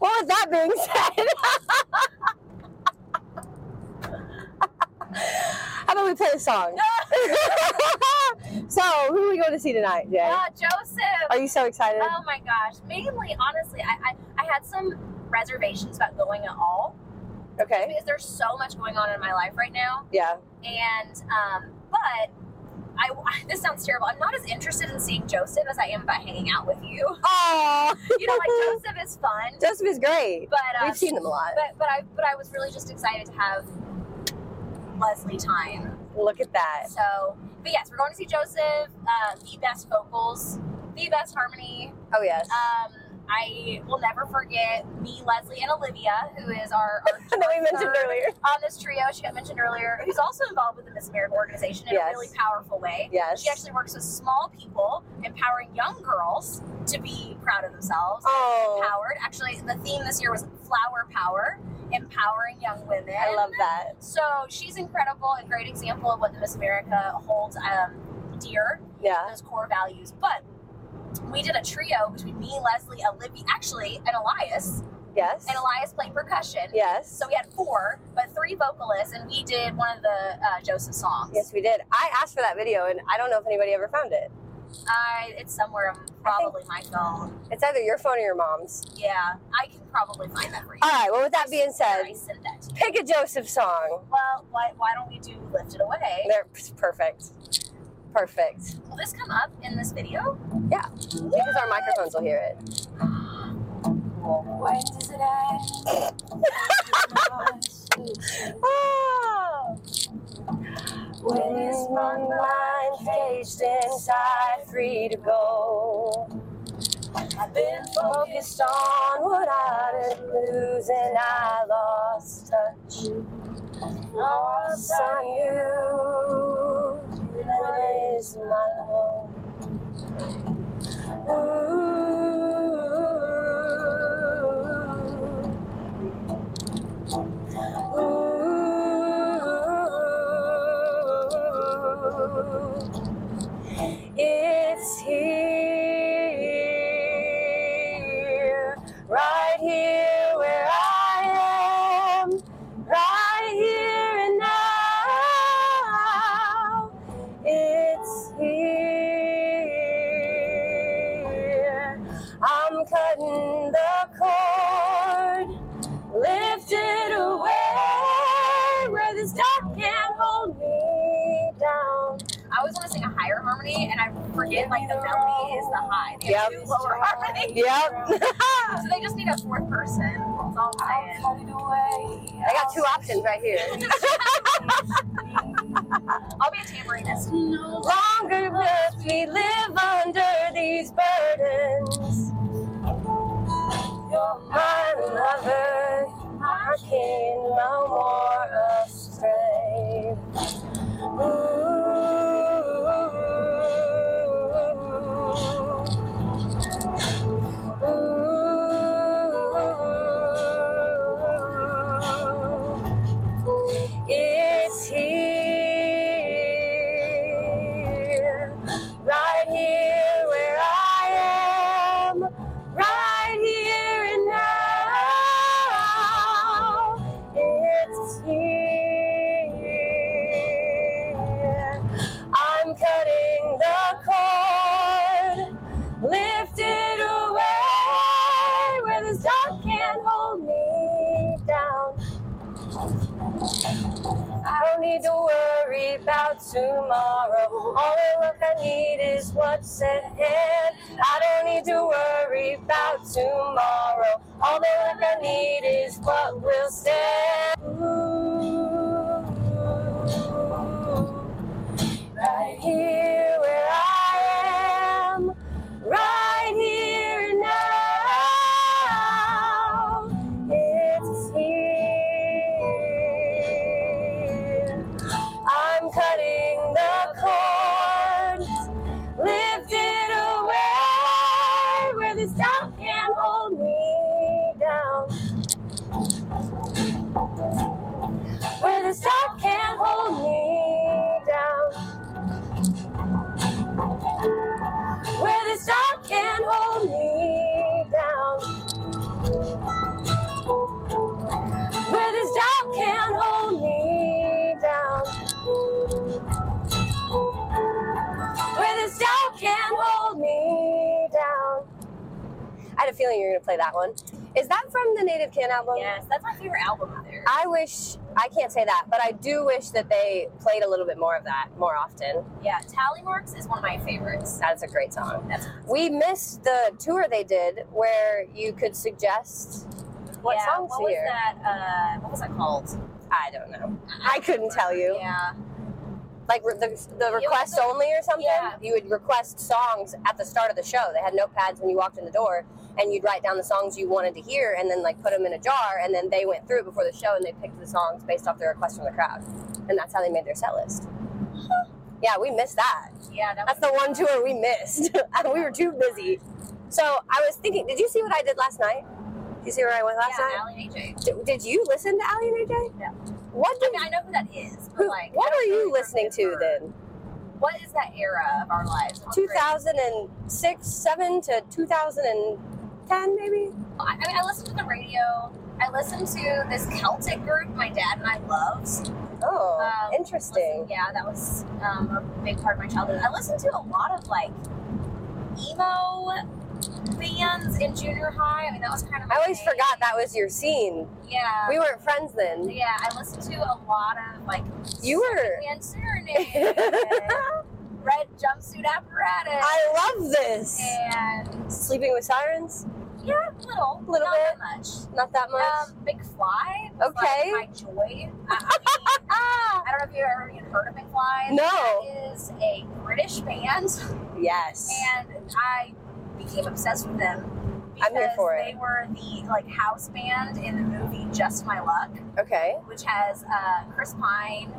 Speaker 1: Well, with that being said, [LAUGHS] how about we play a song? [LAUGHS] so, who are we going to see tonight, Jay?
Speaker 2: Ah, Joseph.
Speaker 1: Are you so excited?
Speaker 2: oh my gosh. Mainly, honestly, I, I, I had some reservations about going at all
Speaker 1: Okay.
Speaker 2: because there's so much going on in my life right now.
Speaker 1: Yeah.
Speaker 2: And, um, but I, this sounds terrible. I'm not as interested in seeing Joseph as I am about hanging out with you.
Speaker 1: Oh,
Speaker 2: You know, like Joseph is fun,
Speaker 1: [LAUGHS] Joseph is great.
Speaker 2: but, um,
Speaker 1: We've seen them a lot.
Speaker 2: but, but I, but I was really just excited to have Leslie time.
Speaker 1: Look at that.
Speaker 2: So, but yes, we're going to see Joseph, uh, the best vocals, the the best harmony.
Speaker 1: Oh yes. [LAUGHS]
Speaker 2: Um, I will never forget me, Leslie, and Olivia, who is our,
Speaker 1: [LAUGHS]
Speaker 2: our
Speaker 1: I know we mentioned earlier.
Speaker 2: on this trio. She got mentioned earlier, who's also involved with the Miss America organization in
Speaker 1: Yes.
Speaker 2: a really powerful way.
Speaker 1: Yes.
Speaker 2: She actually works with small people, empowering young girls to be proud of themselves.
Speaker 1: Oh,
Speaker 2: Empowered. Actually, the theme this year was flower power, empowering young women.
Speaker 1: I love that.
Speaker 2: So she's incredible and great example of what the Miss America holds um, dear,
Speaker 1: Yeah.
Speaker 2: those core values. But we did a trio between me, Leslie, Olivia, actually, and Elias.
Speaker 1: Yes.
Speaker 2: And Elias played percussion.
Speaker 1: Yes.
Speaker 2: So we had four, but three vocalists, and we did one of the uh, Joseph songs.
Speaker 1: Yes, we did. I asked for that video, and I don't know if anybody ever found it.
Speaker 2: I, it's somewhere on probably my phone.
Speaker 1: It's either your phone or your mom's.
Speaker 2: Yeah, I can probably find that for you.
Speaker 1: All right. Well, with that being said,
Speaker 2: I sent that to you.
Speaker 1: pick a Joseph song.
Speaker 2: Well, why, why don't we do Lift It Away?
Speaker 1: They're it's perfect. Perfect.
Speaker 2: Will this come up in this video?
Speaker 1: Yeah, Because our microphones will hear it.
Speaker 2: When does it end?
Speaker 1: Oh. When is my mind caged inside, free to go? I've been focused on what I didn't lose, and I lost touch. Lost on you. That is my home. Ooh. Ooh, it's here, right here where I am, right here and now. It's here. I'm cutting the cord lifted away where this dark can't hold me down.
Speaker 2: I always want to sing a higher harmony, and I forget like the melody is the high. They have
Speaker 1: Yep.
Speaker 2: two lower harmonies,
Speaker 1: Yep.
Speaker 2: so they just need a fourth person. That's all I'm saying.
Speaker 1: I got two options right here.
Speaker 2: I'll be a tambourinist.
Speaker 1: Longer must we live under these burdens. You're my lover, our king, no more a slave. Ooh. Ooh. It's here, right here where I am, right here and now. It's here. I'm cutting the cord lifted away where this dark can't hold me down. I don't need to worry about tomorrow. All the work I need is what's at hand. I don't need to worry about tomorrow. All the work I need is what will stand. Ooh, right here where I am right here and now. It's here. I'm cutting the cord, lifted away where this doubt can hold me down. Where this doubt can't hold me down. where this dark can hold me down. Where this dark can hold me down. Where this dark can hold me down. I had a feeling you were gonna play that one. Is that from the Native Can album?
Speaker 2: Yes, that's my favorite album out there.
Speaker 1: I wish I can't say that, but I do wish that they played a little bit more of that more often.
Speaker 2: Yeah, Tally Marks is one of my favorites.
Speaker 1: That's a great song.
Speaker 2: That's
Speaker 1: We missed the tour they did where you could suggest what
Speaker 2: yeah,
Speaker 1: songs
Speaker 2: what
Speaker 1: to
Speaker 2: was
Speaker 1: hear.
Speaker 2: that? Uh, what was that called?
Speaker 1: I don't know. I couldn't tell you.
Speaker 2: Yeah,
Speaker 1: like re- the, the request
Speaker 2: the-
Speaker 1: only or something.
Speaker 2: yeah.
Speaker 1: You would request songs at the start of the show. They had notepads when you walked in the door, and you'd write down the songs you wanted to hear, and then like put them in a jar, and then they went through it before the show, and they picked the songs based off the request from the crowd, and that's how they made their set list. Yeah, we missed that.
Speaker 2: Yeah, that
Speaker 1: That's the one tour we missed. [LAUGHS] we were too busy. So I was thinking, did you see what I did last night? Did you see where I went last
Speaker 2: yeah,
Speaker 1: night?
Speaker 2: Ally and AJ.
Speaker 1: D- did you listen to Ali and AJ?
Speaker 2: No.
Speaker 1: What
Speaker 2: I
Speaker 1: did,
Speaker 2: mean, I know who that is, but
Speaker 1: who-
Speaker 2: like, I
Speaker 1: what
Speaker 2: don't
Speaker 1: were
Speaker 2: really
Speaker 1: you listening to
Speaker 2: remember.
Speaker 1: then?
Speaker 2: What is that era of our lives? What grade?
Speaker 1: 2006, 7 to 2010, maybe?
Speaker 2: I, I mean, I listened to the radio. I listened to this Celtic group my dad and I loved.
Speaker 1: Oh,
Speaker 2: Um,
Speaker 1: interesting.
Speaker 2: Listen- yeah, that was um, a big part of my childhood. I listened to a lot of like emo bands in junior high. I mean, that was kind of. My
Speaker 1: I always
Speaker 2: thing.
Speaker 1: forgot that was your scene.
Speaker 2: Yeah.
Speaker 1: We weren't friends then.
Speaker 2: Um, yeah, I listened to a lot of like
Speaker 1: You were.
Speaker 2: Band Serenade, and Red Jumpsuit Apparatus,
Speaker 1: I love this.
Speaker 2: and
Speaker 1: Sleeping with Sirens?
Speaker 2: yeah, little,
Speaker 1: Little
Speaker 2: not
Speaker 1: bit.
Speaker 2: that much.
Speaker 1: Not that much.
Speaker 2: Um, Big Fly. was,
Speaker 1: Okay.
Speaker 2: Like my joy.
Speaker 1: [LAUGHS]
Speaker 2: I, I mean,
Speaker 1: ah!
Speaker 2: I don't know if you've ever even heard of Big Fly.
Speaker 1: No.
Speaker 2: It is a British band,
Speaker 1: Yes.
Speaker 2: Um, and I became obsessed with them.
Speaker 1: I'm here
Speaker 2: because
Speaker 1: for it.
Speaker 2: They were the like house band in the movie Just My Luck,
Speaker 1: Okay.
Speaker 2: which has uh, Chris Pine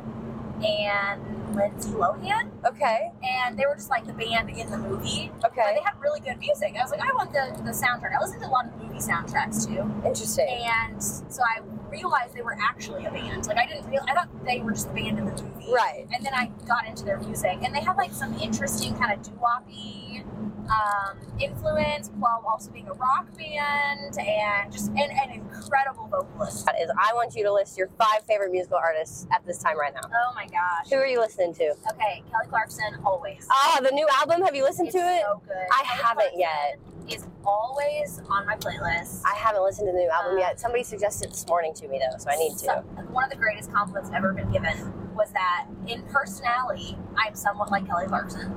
Speaker 2: and Lindsay Lohan,
Speaker 1: Okay.
Speaker 2: and they were just like the band in the movie. But
Speaker 1: Okay.
Speaker 2: they had really good music. I was like, I want the, the soundtrack. I listened to a lot of movie soundtracks too.
Speaker 1: Interesting.
Speaker 2: and so I realized they were actually a band. Like I didn't real I thought they were just the band in the movie.
Speaker 1: Right.
Speaker 2: And then I got into their music, and they had like some interesting kind of doo-woppy um, influence while also being a rock band, and just and an incredible vocalist.
Speaker 1: That is, I want you to list your five favorite musical artists at this time right now.
Speaker 2: Oh my gosh.
Speaker 1: Who are you listening to?
Speaker 2: Okay, Kelly Clarkson always.
Speaker 1: Oh, the new album. Have you listened
Speaker 2: It's
Speaker 1: to it?
Speaker 2: so good.
Speaker 1: I
Speaker 2: Kelly
Speaker 1: haven't yet.
Speaker 2: Clarkson Is always on my playlist.
Speaker 1: I haven't listened to the new album
Speaker 2: Um,
Speaker 1: yet. Somebody suggested it this morning to me though, so I need to.
Speaker 2: So- one of the greatest compliments I've ever been given was that in personality, I'm somewhat like Kelly Clarkson.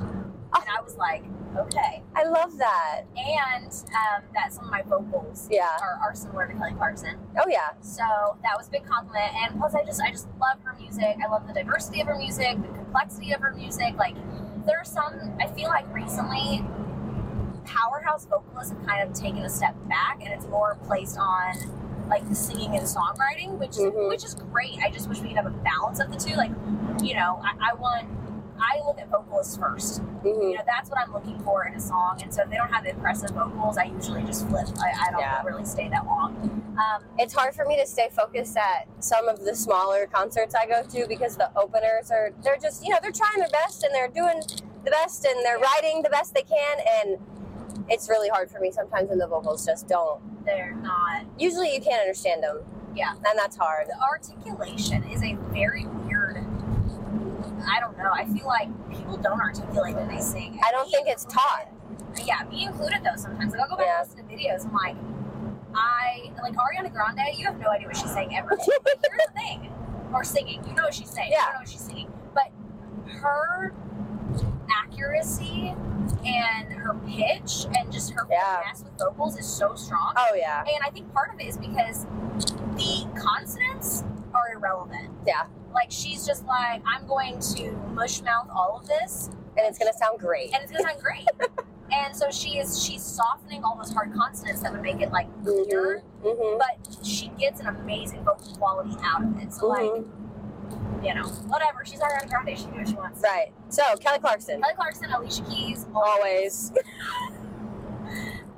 Speaker 1: Oh.
Speaker 2: And I was like, okay.
Speaker 1: I love that.
Speaker 2: And um, that some of my vocals
Speaker 1: Yeah.
Speaker 2: are, are similar to Kelly Clarkson.
Speaker 1: Oh yeah.
Speaker 2: So that was a big compliment. And plus, I just I just love her music. I love the diversity of her music, the complexity of her music. Like, there are some, I feel like recently, powerhouse vocalists have kind of taken a step back and it's more placed on like the singing and songwriting, which is
Speaker 1: Mhm.
Speaker 2: which is great. I just wish we could have a balance of the two. Like, you know, I, I want I look at vocalists first. You
Speaker 1: hmm
Speaker 2: know, that's what I'm looking for in a song. And so if they don't have impressive vocals, I usually just flip. I, I don't
Speaker 1: Yeah.
Speaker 2: really stay that long. Um,
Speaker 1: It's hard for me to stay focused at some of the smaller concerts I go to because the openers are they're just you know they're trying their best and they're doing the best and they're
Speaker 2: Yeah.
Speaker 1: writing the best they can and it's really hard for me sometimes when the vocals just don't.
Speaker 2: they're not
Speaker 1: Usually you can't understand them.
Speaker 2: Yeah.
Speaker 1: And that's hard.
Speaker 2: the articulation is a very weird I don't know. I feel like people don't articulate when they sing.
Speaker 1: I don't
Speaker 2: Me
Speaker 1: think it's taught.
Speaker 2: included. Yeah, me included though sometimes. Like I'll go back
Speaker 1: Yeah.
Speaker 2: and listen to videos. I'm like, I like Ariana Grande, you have no idea what she's saying ever.
Speaker 1: [LAUGHS]
Speaker 2: But here's the thing. Or singing. You know what she's saying.
Speaker 1: Yeah.
Speaker 2: You know what she's singing. But her accuracy and her pitch and just her
Speaker 1: Yeah.
Speaker 2: finesse with vocals is so strong.
Speaker 1: Oh yeah.
Speaker 2: And I think part of it is because the consonants are irrelevant.
Speaker 1: Yeah.
Speaker 2: Like she's just like, I'm going to mush mouth all of this
Speaker 1: And it's gonna sound great.
Speaker 2: and it's gonna sound great. and so she is she's softening all those hard consonants that would make it like clear,
Speaker 1: Mm-hmm.
Speaker 2: but she gets an amazing vocal quality out of it. So
Speaker 1: Mm-hmm.
Speaker 2: like, you know, whatever. She's Ariana Grande, she can do what she wants.
Speaker 1: Right. So Kelly Clarkson.
Speaker 2: Kelly Clarkson, Alicia Keys,
Speaker 1: Always.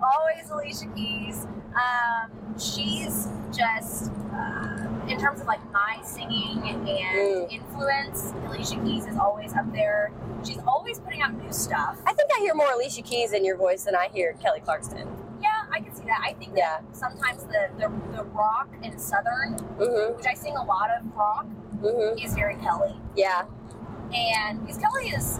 Speaker 2: always Alicia Keys. Um, she's just, uh, in terms of like my singing and
Speaker 1: Mm.
Speaker 2: influence, Alicia Keys is always up there. She's always putting out new stuff.
Speaker 1: I think I hear more Alicia Keys in your voice than I hear Kelly Clarkson.
Speaker 2: Yeah, I can see that. I think
Speaker 1: Yeah.
Speaker 2: that sometimes the, the, the rock and southern,
Speaker 1: Mm-hmm.
Speaker 2: which I sing a lot of rock,
Speaker 1: Mm-hmm.
Speaker 2: is very Kelly.
Speaker 1: Yeah.
Speaker 2: And because Kelly is,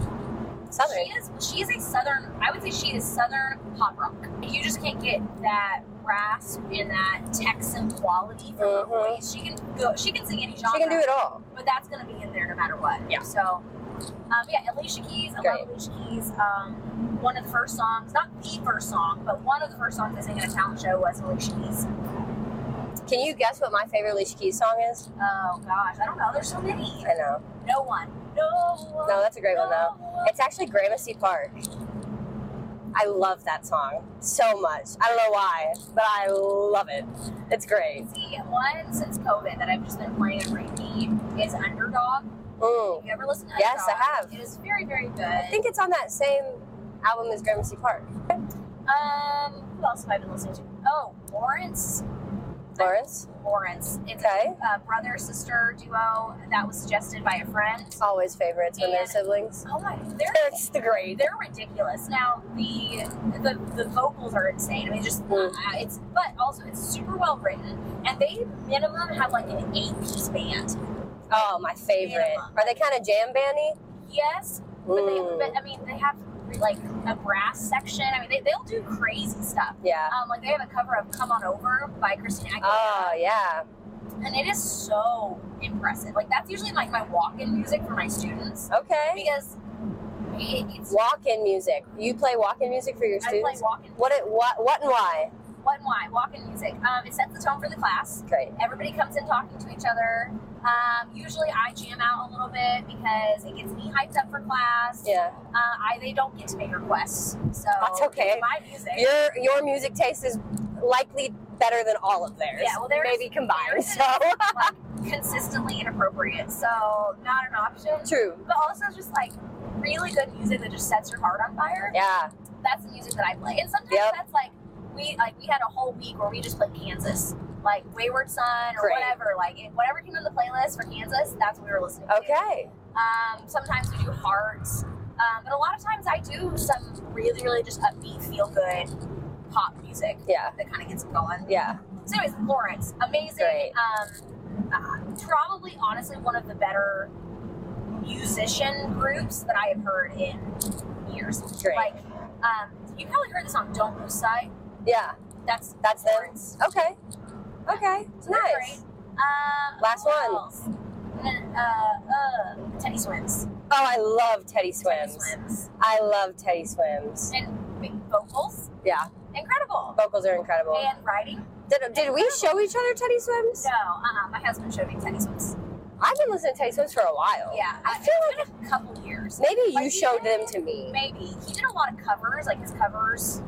Speaker 1: Southern.
Speaker 2: she is, she is a southern. I would say she is southern pop rock. You just can't get that rasp and that Texan quality from her
Speaker 1: Mhm.
Speaker 2: voice. She can go. She can sing any genre.
Speaker 1: She can do it all.
Speaker 2: But that's gonna be in there no matter what.
Speaker 1: Yeah.
Speaker 2: So, um, yeah, Alicia Keys. I
Speaker 1: Great.
Speaker 2: love Alicia Keys. Um, one of the first songs, not the first song, but one of the first songs I sang at a talent show was Alicia Keys.
Speaker 1: Can you guess what my favorite Alicia Keys song is?
Speaker 2: Oh gosh, I don't know. There's so many.
Speaker 1: I know.
Speaker 2: No one. No one.
Speaker 1: No, that's a great one though.
Speaker 2: one.
Speaker 1: It's actually Gramercy Park. I love that song so much. I don't know why, but I love it. It's great.
Speaker 2: See, one since COVID that I've just been playing and repeat is Underdog.
Speaker 1: Mm.
Speaker 2: Have you ever listened to Underdog?
Speaker 1: Yes, I have.
Speaker 2: It is very, very good.
Speaker 1: I think it's on that same album as Gramercy Park.
Speaker 2: Um, who else have I been listening to? Oh, Lawrence.
Speaker 1: Lawrence,
Speaker 2: Lawrence. It's
Speaker 1: Okay.
Speaker 2: a uh, brother sister duo that was suggested by a friend.
Speaker 1: always favorites when they're siblings.
Speaker 2: Oh my, they're
Speaker 1: It's the great.
Speaker 2: they're ridiculous. Now the the, the vocals are insane. I mean, just
Speaker 1: Mm.
Speaker 2: uh, it's but also it's super well written, and they minimum have like an eight piece band.
Speaker 1: Oh, my favorite. Are they kind of jam Mm. bandy?
Speaker 2: Yes, but they but, I mean they have like a brass section. I mean they they'll do crazy stuff.
Speaker 1: Yeah.
Speaker 2: Um, like they have a cover of "Come On Over" by Christina Aguilera.
Speaker 1: Oh, yeah.
Speaker 2: and it is so impressive. Like that's usually like my walk-in music for my students
Speaker 1: Okay.
Speaker 2: because it, it's
Speaker 1: Walk-in music. You play walk-in music for your
Speaker 2: I play
Speaker 1: students?
Speaker 2: walk-in.
Speaker 1: What it what what and why?
Speaker 2: What and why? Walk-in music. Um, it sets the tone for the class.
Speaker 1: Great.
Speaker 2: Everybody comes in talking to each other. Um, usually I jam out a little bit because it gets me hyped up for class.
Speaker 1: Yeah.
Speaker 2: Uh, I they don't get to make requests, so
Speaker 1: That's okay.
Speaker 2: it's my music.
Speaker 1: Your your music taste is likely better than all of theirs.
Speaker 2: Yeah, well, there's-
Speaker 1: maybe combined.
Speaker 2: there's-
Speaker 1: So [LAUGHS]
Speaker 2: Like, consistently inappropriate, so not an option.
Speaker 1: true.
Speaker 2: But also just like really good music that just sets your heart on fire.
Speaker 1: Yeah.
Speaker 2: that's the music that I play. And sometimes
Speaker 1: Yep.
Speaker 2: that's like we like we had a whole week where we just played Kansas, like Wayward Son or
Speaker 1: Great.
Speaker 2: whatever. Like it, whatever came on the playlist for Kansas, that's what we were listening to.
Speaker 1: Okay.
Speaker 2: Um, sometimes we do Hearts, um, but a lot of times I do some really really just upbeat, feel good pop music
Speaker 1: Yeah.
Speaker 2: that kind of gets it going.
Speaker 1: Yeah.
Speaker 2: So, anyways, Lawrence, amazing.
Speaker 1: Great.
Speaker 2: Um, uh, probably, honestly, one of the better musician groups that I have heard in years.
Speaker 1: Great.
Speaker 2: Like, um, you probably heard the song "Don't Lose Sight."
Speaker 1: Yeah.
Speaker 2: That's
Speaker 1: That's them?
Speaker 2: Lawrence.
Speaker 1: Okay. Okay.
Speaker 2: So they're great.
Speaker 1: Nice.
Speaker 2: Um,
Speaker 1: Last
Speaker 2: who
Speaker 1: one.
Speaker 2: else? And then, Uh, uh, Teddy Swims.
Speaker 1: Oh, I love Teddy
Speaker 2: Teddy
Speaker 1: Swims.
Speaker 2: Swims.
Speaker 1: I love Teddy Swims.
Speaker 2: And big vocals,
Speaker 1: Yeah.
Speaker 2: incredible.
Speaker 1: Vocals are incredible.
Speaker 2: And writing?
Speaker 1: Did, did we show each other Teddy Swims?
Speaker 2: No, uh-uh. my husband showed me Teddy Swims.
Speaker 1: I've been listening to Teddy Swims for a while.
Speaker 2: Yeah,
Speaker 1: I
Speaker 2: I-
Speaker 1: feel like
Speaker 2: it's been a couple years.
Speaker 1: maybe
Speaker 2: Like,
Speaker 1: you showed
Speaker 2: yeah.
Speaker 1: them to me.
Speaker 2: Maybe he did a lot of covers, like his covers.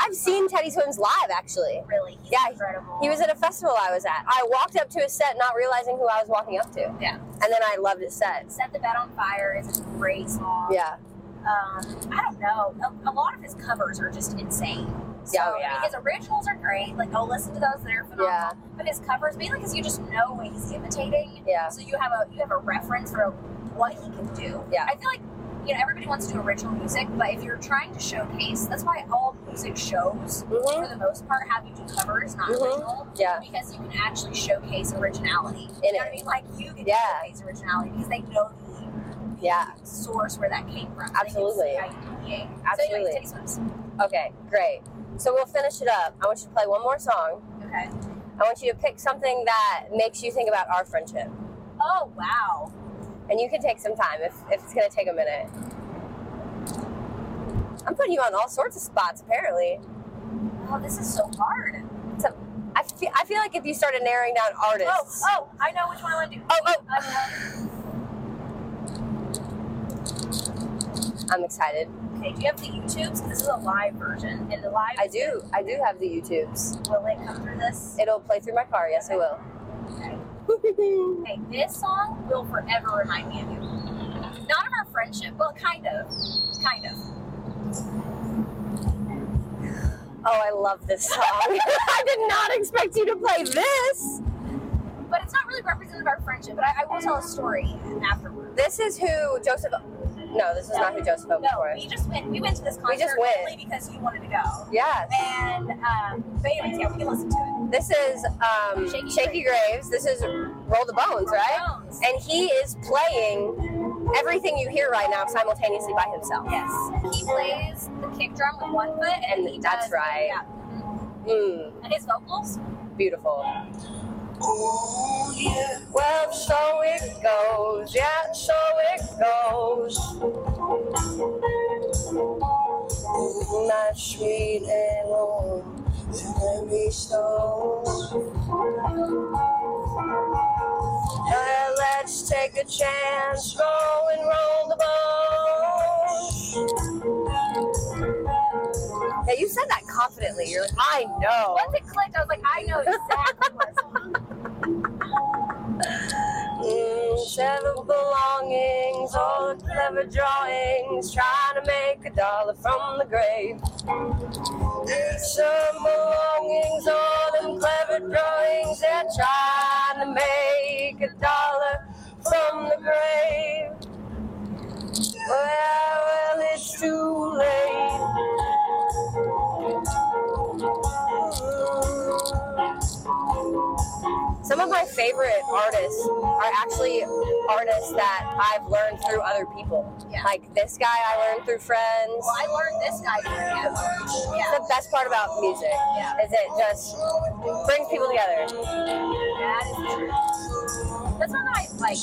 Speaker 1: I've seen Teddy Swims live actually.
Speaker 2: really. He's
Speaker 1: Yeah, he-
Speaker 2: incredible.
Speaker 1: He was at a festival I was at. I walked up to his set not realizing who I was walking up to.
Speaker 2: Yeah.
Speaker 1: And then I loved his set.
Speaker 2: Set the Bed on Fire is a great song.
Speaker 1: Yeah.
Speaker 2: Um, I don't know. A, a lot of his covers are just insane. So,
Speaker 1: Yeah, oh,
Speaker 2: I
Speaker 1: yeah.
Speaker 2: mean, his originals are great. Like, go listen to those; they're phenomenal.
Speaker 1: Yeah.
Speaker 2: But his covers, mainly because you just know what he's imitating,
Speaker 1: Yeah.
Speaker 2: so you have a you have a reference for what he can do.
Speaker 1: Yeah.
Speaker 2: I feel like you know everybody wants to do original music, but if you're trying to showcase, that's why all music shows
Speaker 1: Mhm.
Speaker 2: for the most part have you do covers, not
Speaker 1: Mhm.
Speaker 2: original.
Speaker 1: Yeah.
Speaker 2: Because you can actually showcase originality. You
Speaker 1: In it.
Speaker 2: know what I mean? Like you can
Speaker 1: Yeah.
Speaker 2: showcase originality because they know the
Speaker 1: Yeah.
Speaker 2: source where that came from.
Speaker 1: Absolutely.
Speaker 2: They can see how you deviate.
Speaker 1: Absolutely.
Speaker 2: So anyways, Teddy Swims.
Speaker 1: Okay, great. So we'll finish it up. I want you to play one more song.
Speaker 2: Okay.
Speaker 1: I want you to pick something that makes you think about our friendship.
Speaker 2: Oh wow.
Speaker 1: And you can take some time if, if it's gonna take a minute. I'm putting you on all sorts of spots apparently.
Speaker 2: Oh, this is so hard.
Speaker 1: I feel, I feel like if you started narrowing down
Speaker 2: Oh,
Speaker 1: artists.
Speaker 2: oh, I know which one I want to do.
Speaker 1: Oh, oh.
Speaker 2: I oh.
Speaker 1: I'm excited.
Speaker 2: know. Okay, do you have the YouTubes? 'Cause This is a live version, and the live
Speaker 1: I do. I do have the YouTubes.
Speaker 2: will it come through this?
Speaker 1: It'll play through my car. Yes, it will.
Speaker 2: Okay, this song will forever remind me of you. Not of our friendship, well, kind of, kind of.
Speaker 1: Oh, I love this
Speaker 2: [LAUGHS]
Speaker 1: song. [LAUGHS] I did not expect you to play this.
Speaker 2: But it's not really representative of our friendship. But I, I will tell a story afterwards.
Speaker 1: This is who Joseph. No, this is not who Joseph Open
Speaker 2: No, we just went. We went to this concert
Speaker 1: We just went.
Speaker 2: only because you wanted to go.
Speaker 1: Yes.
Speaker 2: And um, but anyways, yeah, we can listen to it.
Speaker 1: This is um,
Speaker 2: Shaky
Speaker 1: Shaky, Graves. This is Roll the Bones, right?
Speaker 2: Bones.
Speaker 1: And he is playing everything you hear right now simultaneously by himself.
Speaker 2: Yes, he plays the kick drum with one foot, and,
Speaker 1: And
Speaker 2: he
Speaker 1: that's
Speaker 2: does,
Speaker 1: right.
Speaker 2: Yeah,
Speaker 1: Mmm,
Speaker 2: and his vocals.
Speaker 1: beautiful.
Speaker 3: Oh yeah,
Speaker 1: Well, so it goes. Yeah, so it goes.
Speaker 3: oh my sweet and warm, and every stone. Now let's take a chance, go and roll the bones.
Speaker 1: Yeah, you said that confidently. You're like, I know.
Speaker 2: Once it clicked, I was like, I know exactly [LAUGHS] what it's
Speaker 3: Mm, seven belongings, all the clever drawings, trying to make a dollar from the grave. Some belongings, all them clever drawings, they're trying to make a dollar from the grave. Well, well, it's too late.
Speaker 1: Some of my favorite artists are actually artists that I've learned through other people.
Speaker 2: Yeah.
Speaker 1: Like this guy, I learned through friends.
Speaker 2: Well, I learned this guy from you. Yeah.
Speaker 1: That's the best part about music.
Speaker 2: Yeah.
Speaker 1: Is it just brings people [LAUGHS] together?
Speaker 2: That is true. That's why I like.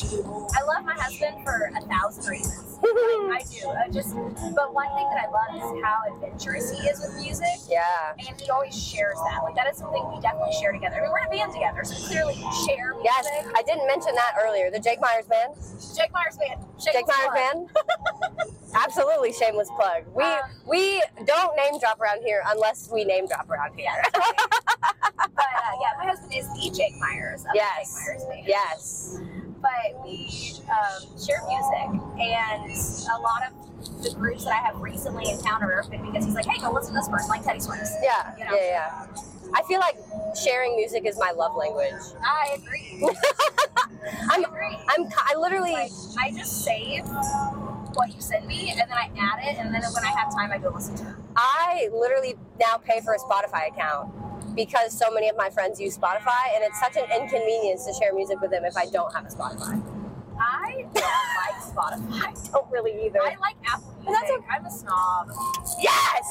Speaker 2: I love my husband for a thousand reasons. I do. I just. But one thing that I love is how adventurous he is with music.
Speaker 1: yeah.
Speaker 2: And he always shares that. Like that is something we definitely share together. I mean, we're in a band together, so clearly we share music.
Speaker 1: Yes, I didn't mention that earlier. The Jake Myers band.
Speaker 2: Jake Myers band.
Speaker 1: Jake Myers Uh, band. [LAUGHS] Absolutely shameless plug. We
Speaker 2: Um,
Speaker 1: we don't name drop around here unless we name drop around here.
Speaker 2: Yeah. but uh, yeah, my husband is the Jake Myers. Of
Speaker 1: Yes.
Speaker 2: The Jake Myers band.
Speaker 1: [LAUGHS] Yes.
Speaker 2: but we um, share music and a lot of the groups that I have recently encountered are open because he's like, hey, go listen to this person, like Teddy Swims.
Speaker 1: Yeah.
Speaker 2: You
Speaker 1: Yeah.
Speaker 2: know?
Speaker 1: Yeah. I feel like sharing music is my love language.
Speaker 2: I
Speaker 1: [LAUGHS]
Speaker 2: agree. I
Speaker 1: I'm
Speaker 2: agree.
Speaker 1: I'm ki- I literally
Speaker 2: Like, I just save what you send me and then I add it and then when I have time, I go listen to it.
Speaker 1: I literally now pay for a Spotify account because so many of my friends use Spotify and it's such an inconvenience to share music with them if I don't have a Spotify.
Speaker 2: I don't like Spotify.
Speaker 1: Don't really either.
Speaker 2: I like Apple Music.
Speaker 1: That's
Speaker 2: I'm a snob.
Speaker 1: Yes!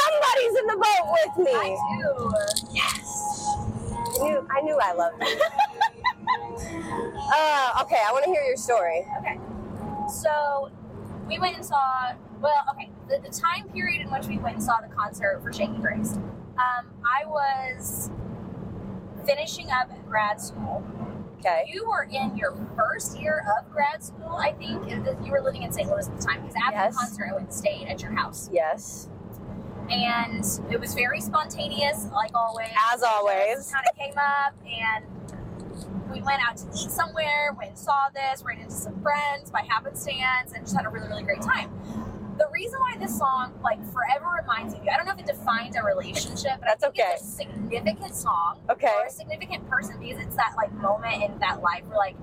Speaker 1: Somebody's in the boat with
Speaker 2: I
Speaker 1: me.
Speaker 2: do.
Speaker 1: I knew I knew I loved it. [LAUGHS] uh, okay, I want to hear your story.
Speaker 2: Okay. So we went and saw, well, okay, the, the time period in which we went and saw the concert for Shaky Grace, um, I was finishing up grad school.
Speaker 1: Okay.
Speaker 2: You were in your first year of grad school, I think. and that You were living in St. Louis at the time because after
Speaker 1: Yes.
Speaker 2: the concert, I went and stayed at your house.
Speaker 1: Yes.
Speaker 2: And it was very spontaneous, like always.
Speaker 1: As always.
Speaker 2: kind of came up and we went out to eat somewhere, went and saw this, ran into some friends by happenstance, and just had a really, really great time. The reason why this song like forever reminds me of you, I don't know if it defines our relationship, but I
Speaker 1: That's
Speaker 2: think
Speaker 1: okay.
Speaker 2: it's a significant song
Speaker 1: Okay.
Speaker 2: or a significant person because it's that like moment in that life where like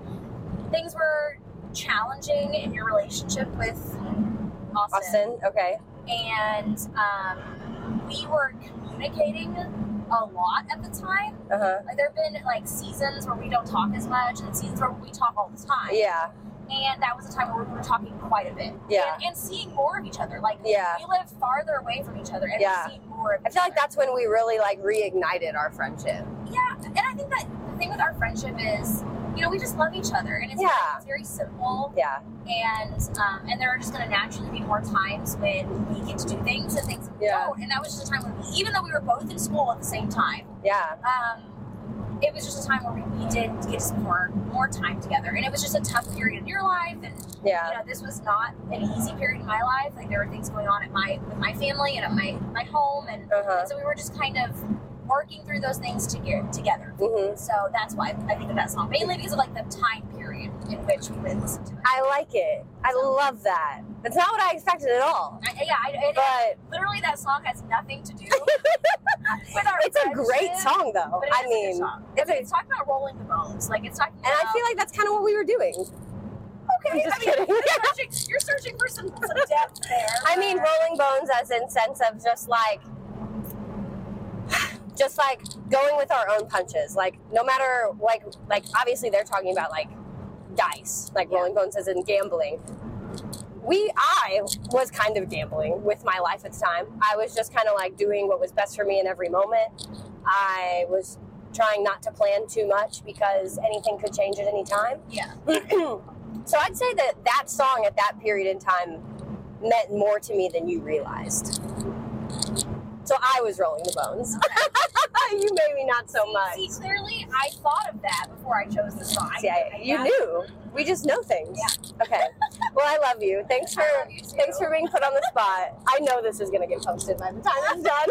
Speaker 2: things were challenging in your relationship with
Speaker 1: Austin. Okay.
Speaker 2: and um, we were communicating a lot at the time.
Speaker 1: Uh huh.
Speaker 2: Like, there have been like seasons where we don't talk as much, and seasons where we talk all the time.
Speaker 1: Yeah.
Speaker 2: And that was a time where we were talking quite a bit.
Speaker 1: Yeah.
Speaker 2: And, and seeing more of each other. Like
Speaker 1: Yeah.
Speaker 2: we live farther away from each other, and
Speaker 1: Yeah.
Speaker 2: we see more of
Speaker 1: I
Speaker 2: each
Speaker 1: feel like
Speaker 2: other.
Speaker 1: that's when we really like reignited our friendship.
Speaker 2: Yeah. And I think that the thing with our friendship is, you know, we just love each other, and it's,
Speaker 1: Yeah.
Speaker 2: it's very simple.
Speaker 1: Yeah.
Speaker 2: and um, and there are just going to naturally be more times when we get to do things and things that we
Speaker 1: Yeah.
Speaker 2: don't. And that was just a time when, we, even though we were both in school at the same time,
Speaker 1: Yeah.
Speaker 2: um, it was just a time where we, we did get to spend more more time together. And it was just a tough period in your life, and you
Speaker 1: Yeah.
Speaker 2: know this was not an easy period in my life. Like there were things going on at my with my family and at my my home, and,
Speaker 1: Uh huh.
Speaker 2: and so we were just kind of working through those things to get together.
Speaker 1: Mhm.
Speaker 2: So that's why I think of that song mainly because of like the time period in which we would listen to it.
Speaker 1: I like it. I love that. That's not what I expected at all.
Speaker 2: I, yeah, I, it-
Speaker 1: But
Speaker 2: literally that song has nothing
Speaker 1: [LAUGHS]
Speaker 2: to do with our
Speaker 1: it's a great
Speaker 2: friendship,
Speaker 1: song though.
Speaker 2: but it
Speaker 1: I
Speaker 2: is a good
Speaker 1: mean,
Speaker 2: song.
Speaker 1: it's a,
Speaker 2: it's talking about rolling the bones like it's talking
Speaker 1: and
Speaker 2: about
Speaker 1: I feel like that's kind of what we were doing. I'm
Speaker 2: okay
Speaker 1: just
Speaker 2: I mean,
Speaker 1: kidding. [LAUGHS]
Speaker 2: you're, searching, you're searching for some, some depth there
Speaker 1: I mean, rolling bones as in sense of just like, [SIGHS] just like going with our own punches. Like no matter like like obviously they're talking about like dice, like rolling bones as in gambling. We I was kind of gambling with my life at the time. I was just kind of like doing what was best for me in every moment. I was trying not to plan too much because anything could change at any time.
Speaker 2: yeah
Speaker 1: So I'd say that that song at that period in time meant more to me than you realized. So I was rolling the bones. [LAUGHS] you maybe not so much.
Speaker 2: See, clearly, I thought of that before I chose the song.
Speaker 1: Yeah,
Speaker 2: I
Speaker 1: you
Speaker 2: got-
Speaker 1: knew. We just know things. Yeah. Okay. Well, I love you. Thanks for
Speaker 2: I love you too.
Speaker 1: thanks for being put on the spot. I know this is gonna get posted by the time I'm done.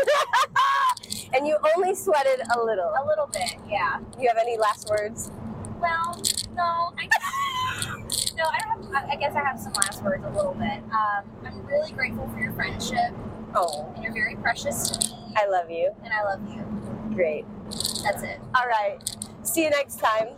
Speaker 1: [LAUGHS] and you only sweated a little.
Speaker 2: A little bit, yeah.
Speaker 1: You have any last words?
Speaker 2: Well, no,
Speaker 1: [LAUGHS]
Speaker 2: I no, I don't. Have, I- I guess I have some last words a little bit. Um, I'm really grateful for your friendship,
Speaker 1: Oh,
Speaker 2: and you're very precious to me,
Speaker 1: I love you.
Speaker 2: and I love you.
Speaker 1: Great.
Speaker 2: That's it.
Speaker 1: All right. See you next time.